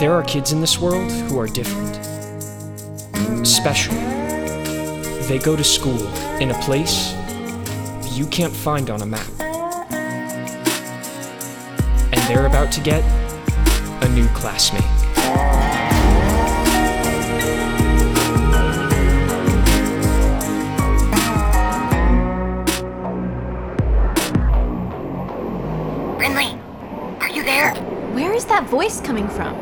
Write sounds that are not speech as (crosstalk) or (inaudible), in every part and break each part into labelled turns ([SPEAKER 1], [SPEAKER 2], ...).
[SPEAKER 1] There are kids in this world who are different, special. They go to school in a place you can't find on a map. And they're about to get a new classmate.
[SPEAKER 2] Brinley, are you there?
[SPEAKER 3] Where is that voice coming from?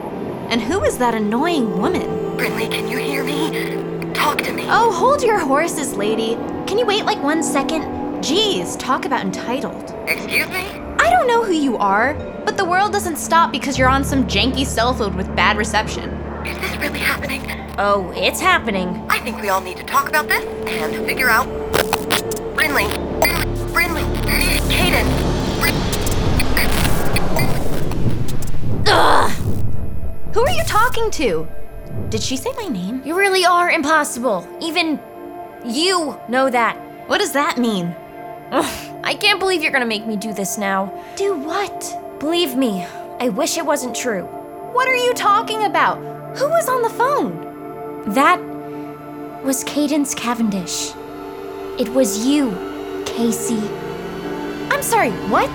[SPEAKER 3] And who is that annoying woman?
[SPEAKER 2] Brinley, can you hear me? Talk to me.
[SPEAKER 3] Oh, hold your horses, lady. Can you wait like one second? Jeez, talk about entitled.
[SPEAKER 2] Excuse me?
[SPEAKER 3] I don't know who you are, but the world doesn't stop because you're on some janky cell phone with bad reception.
[SPEAKER 2] Is this really happening?
[SPEAKER 4] Oh, it's happening.
[SPEAKER 2] I think we all need to talk about this and figure out. Brinley, Brinley, Kaden. Brin-
[SPEAKER 4] Ugh!
[SPEAKER 3] Who are you talking to? Did she say my name?
[SPEAKER 4] You really are impossible. Even you know that.
[SPEAKER 3] What does that mean?
[SPEAKER 4] Ugh, I can't believe you're gonna make me do this now.
[SPEAKER 3] Do what?
[SPEAKER 4] Believe me, I wish it wasn't true.
[SPEAKER 3] What are you talking about? Who was on the phone?
[SPEAKER 4] That was Cadence Cavendish. It was you, Casey.
[SPEAKER 3] I'm sorry, what?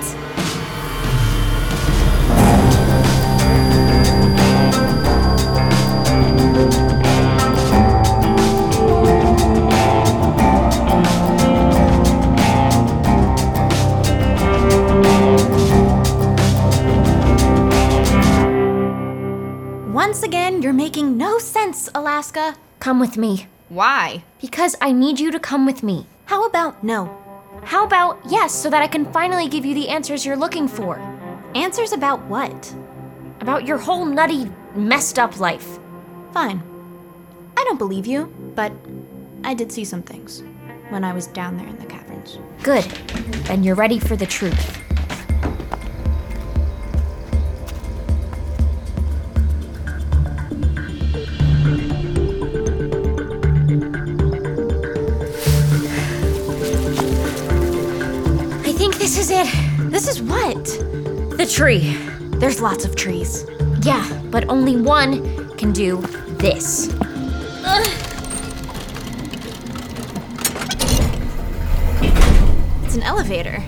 [SPEAKER 3] Once again, you're making no sense, Alaska.
[SPEAKER 4] Come with me.
[SPEAKER 3] Why?
[SPEAKER 4] Because I need you to come with me.
[SPEAKER 3] How about no?
[SPEAKER 4] How about yes, so that I can finally give you the answers you're looking for?
[SPEAKER 3] Answers about what?
[SPEAKER 4] About your whole nutty, messed up life.
[SPEAKER 3] Fine. I don't believe you, but I did see some things when I was down there in the caverns.
[SPEAKER 4] Good. Then you're ready for the truth. I think this is it.
[SPEAKER 3] This is what?
[SPEAKER 4] The tree.
[SPEAKER 3] There's lots of trees.
[SPEAKER 4] Yeah, but only one can do this.
[SPEAKER 3] It's an elevator.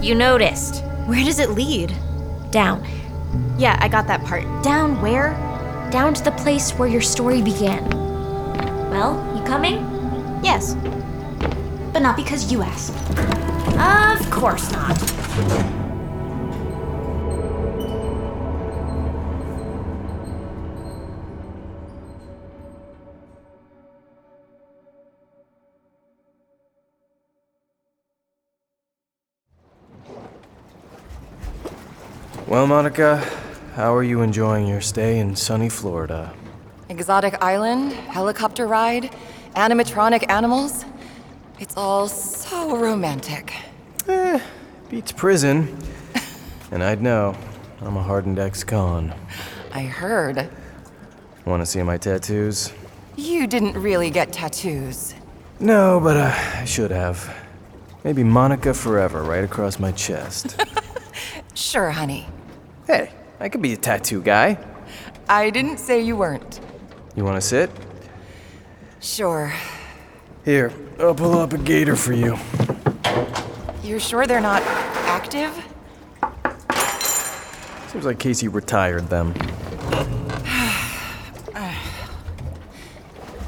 [SPEAKER 4] You noticed.
[SPEAKER 3] Where does it lead?
[SPEAKER 4] Down.
[SPEAKER 3] Yeah, I got that part. Down where?
[SPEAKER 4] Down to the place where your story began. Well, you coming?
[SPEAKER 3] Yes. But not because you asked.
[SPEAKER 4] Of course not.
[SPEAKER 5] Well, Monica, how are you enjoying your stay in sunny Florida?
[SPEAKER 6] Exotic island, helicopter ride, animatronic animals. It's all so romantic.
[SPEAKER 5] Beats (laughs) prison. And I'd know. I'm a hardened ex con.
[SPEAKER 6] I heard.
[SPEAKER 5] Want to see my tattoos?
[SPEAKER 6] You didn't really get tattoos.
[SPEAKER 5] No, but uh, I should have. Maybe Monica Forever right across my chest.
[SPEAKER 6] Sure, honey.
[SPEAKER 5] (laughs) hey, I could be a tattoo guy.
[SPEAKER 6] I didn't say you weren't.
[SPEAKER 5] You want to sit?
[SPEAKER 6] Sure.
[SPEAKER 5] Here, I'll pull up a gator for you.
[SPEAKER 6] You're sure they're not active?
[SPEAKER 5] Seems like Casey retired them.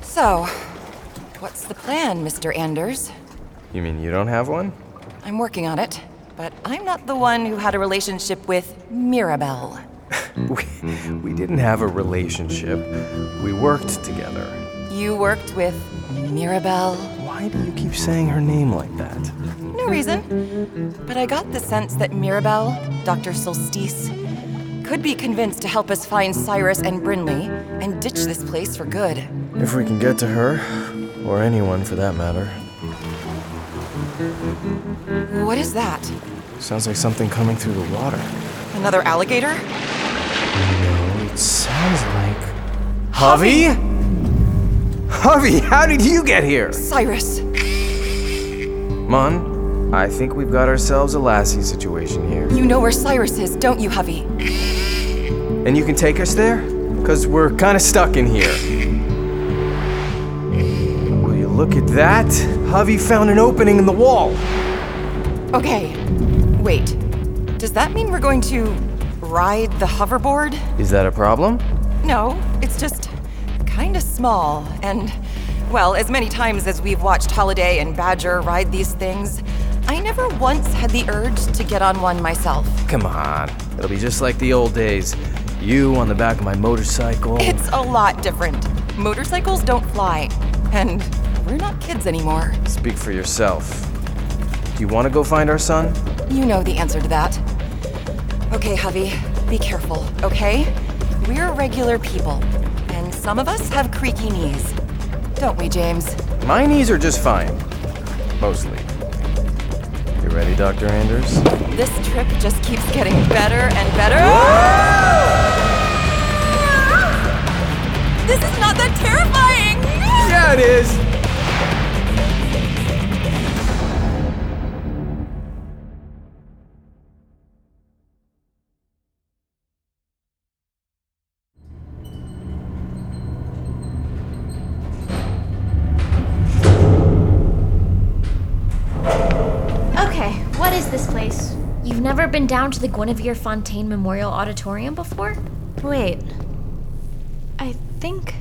[SPEAKER 6] So, what's the plan, Mr. Anders?
[SPEAKER 5] You mean you don't have one?
[SPEAKER 6] I'm working on it, but I'm not the one who had a relationship with Mirabelle.
[SPEAKER 5] (laughs) We, we didn't have a relationship. We worked together.
[SPEAKER 6] You worked with Mirabelle?
[SPEAKER 5] Why do you keep saying her name like that?
[SPEAKER 6] No reason. But I got the sense that Mirabelle, Dr. Solstice, could be convinced to help us find Cyrus and Brinley and ditch this place for good.
[SPEAKER 5] If we can get to her, or anyone for that matter,
[SPEAKER 6] What is that?
[SPEAKER 5] sounds like something coming through the water.
[SPEAKER 6] Another alligator?
[SPEAKER 5] No, it sounds like. Javi? Javi, how did you get here?
[SPEAKER 6] Cyrus!
[SPEAKER 5] Mon, I think we've got ourselves a lassie situation here.
[SPEAKER 6] You know where Cyrus is, don't you, Hovey?
[SPEAKER 5] And you can take us there? because we're kind of stuck in here. Will you look at that? Javi found an opening in the wall.
[SPEAKER 6] Okay, wait. Does that mean we're going to ride the hoverboard?
[SPEAKER 5] Is that a problem?
[SPEAKER 6] No, it's just kind of small. And, well, as many times as we've watched Holiday and Badger ride these things, I never once had the urge to get on one myself.
[SPEAKER 5] Come on. It'll be just like the old days. You on the back of my motorcycle.
[SPEAKER 6] It's a lot different. Motorcycles don't fly, and we're not kids anymore.
[SPEAKER 5] Speak for yourself. Do you want to go find our son?
[SPEAKER 6] You know the answer to that. Okay, Javi, be careful, okay? We're regular people, and some of us have creaky knees. Don't we, James?
[SPEAKER 5] My knees are just fine. Mostly. You ready, Dr. Anders?
[SPEAKER 6] This trip just keeps getting better and better. This is not that terrifying!
[SPEAKER 5] Yeah, it is.
[SPEAKER 3] Okay, what is this place?
[SPEAKER 4] You've never been down to the Guinevere Fontaine Memorial Auditorium before?
[SPEAKER 3] Wait. I think.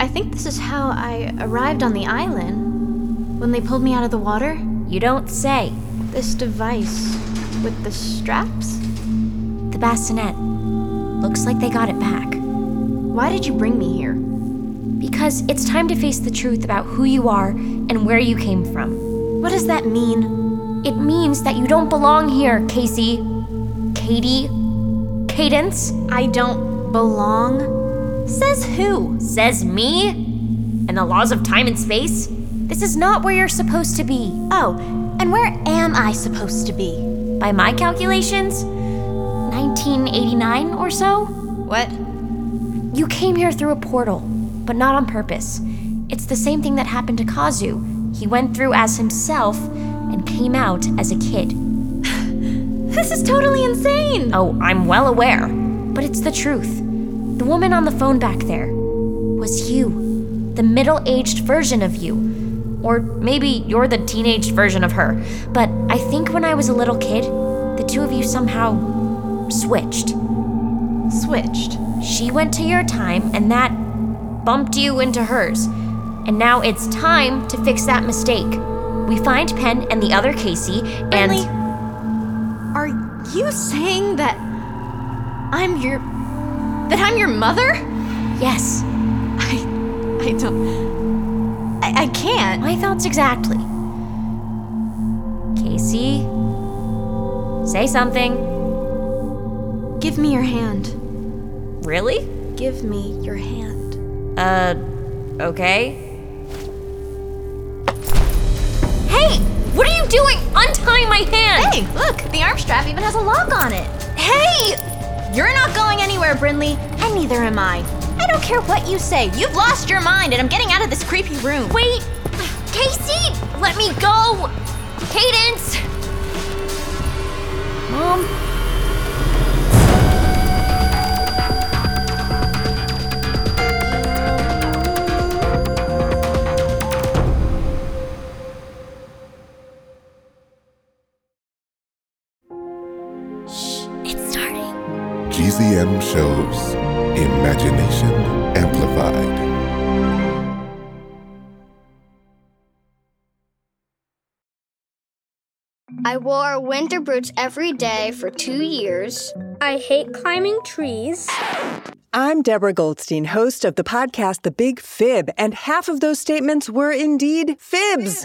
[SPEAKER 3] I think this is how I arrived on the island. When they pulled me out of the water?
[SPEAKER 4] You don't say.
[SPEAKER 3] This device with the straps?
[SPEAKER 4] The bassinet. Looks like they got it back.
[SPEAKER 3] Why did you bring me here?
[SPEAKER 4] Because it's time to face the truth about who you are and where you came from.
[SPEAKER 3] What does that mean?
[SPEAKER 4] It means that you don't belong here, Casey. Katie. Cadence.
[SPEAKER 3] I don't belong?
[SPEAKER 4] Says who? Says me? And the laws of time and space? This is not where you're supposed to be.
[SPEAKER 3] Oh, and where am I supposed to be?
[SPEAKER 4] By my calculations, 1989 or so?
[SPEAKER 3] What?
[SPEAKER 4] You came here through a portal, but not on purpose. It's the same thing that happened to Kazu. He went through as himself and came out as a (sighs) kid.
[SPEAKER 3] This is totally insane!
[SPEAKER 4] Oh, I'm well aware. But it's the truth. The woman on the phone back there was you, the middle aged version of you. Or maybe you're the teenaged version of her. But I think when I was a little kid, the two of you somehow switched.
[SPEAKER 3] Switched.
[SPEAKER 4] She went to your time, and that bumped you into hers. And now it's time to fix that mistake. We find Penn and the other Casey, and.
[SPEAKER 3] Really? Are you saying that I'm your that I'm your mother?
[SPEAKER 4] Yes,
[SPEAKER 3] I I don't I, I can't.
[SPEAKER 4] my thoughts exactly. Casey? Say something.
[SPEAKER 3] Give me your hand.
[SPEAKER 4] Really?
[SPEAKER 3] Give me your hand.
[SPEAKER 4] Uh, okay. Hey! What are you doing? Untying my hand!
[SPEAKER 3] Hey, look, the arm strap even has a lock on it. Hey! You're not going anywhere, Brinley, and neither am I. I don't care what you say. You've lost your mind and I'm getting out of this creepy room.
[SPEAKER 4] Wait! Casey! Let me go! Cadence! Mom? It's starting.
[SPEAKER 7] GZM shows Imagination Amplified.
[SPEAKER 8] I wore winter boots every day for two years. I hate climbing trees.
[SPEAKER 9] I'm Deborah Goldstein, host of the podcast The Big Fib, and half of those statements were indeed fibs.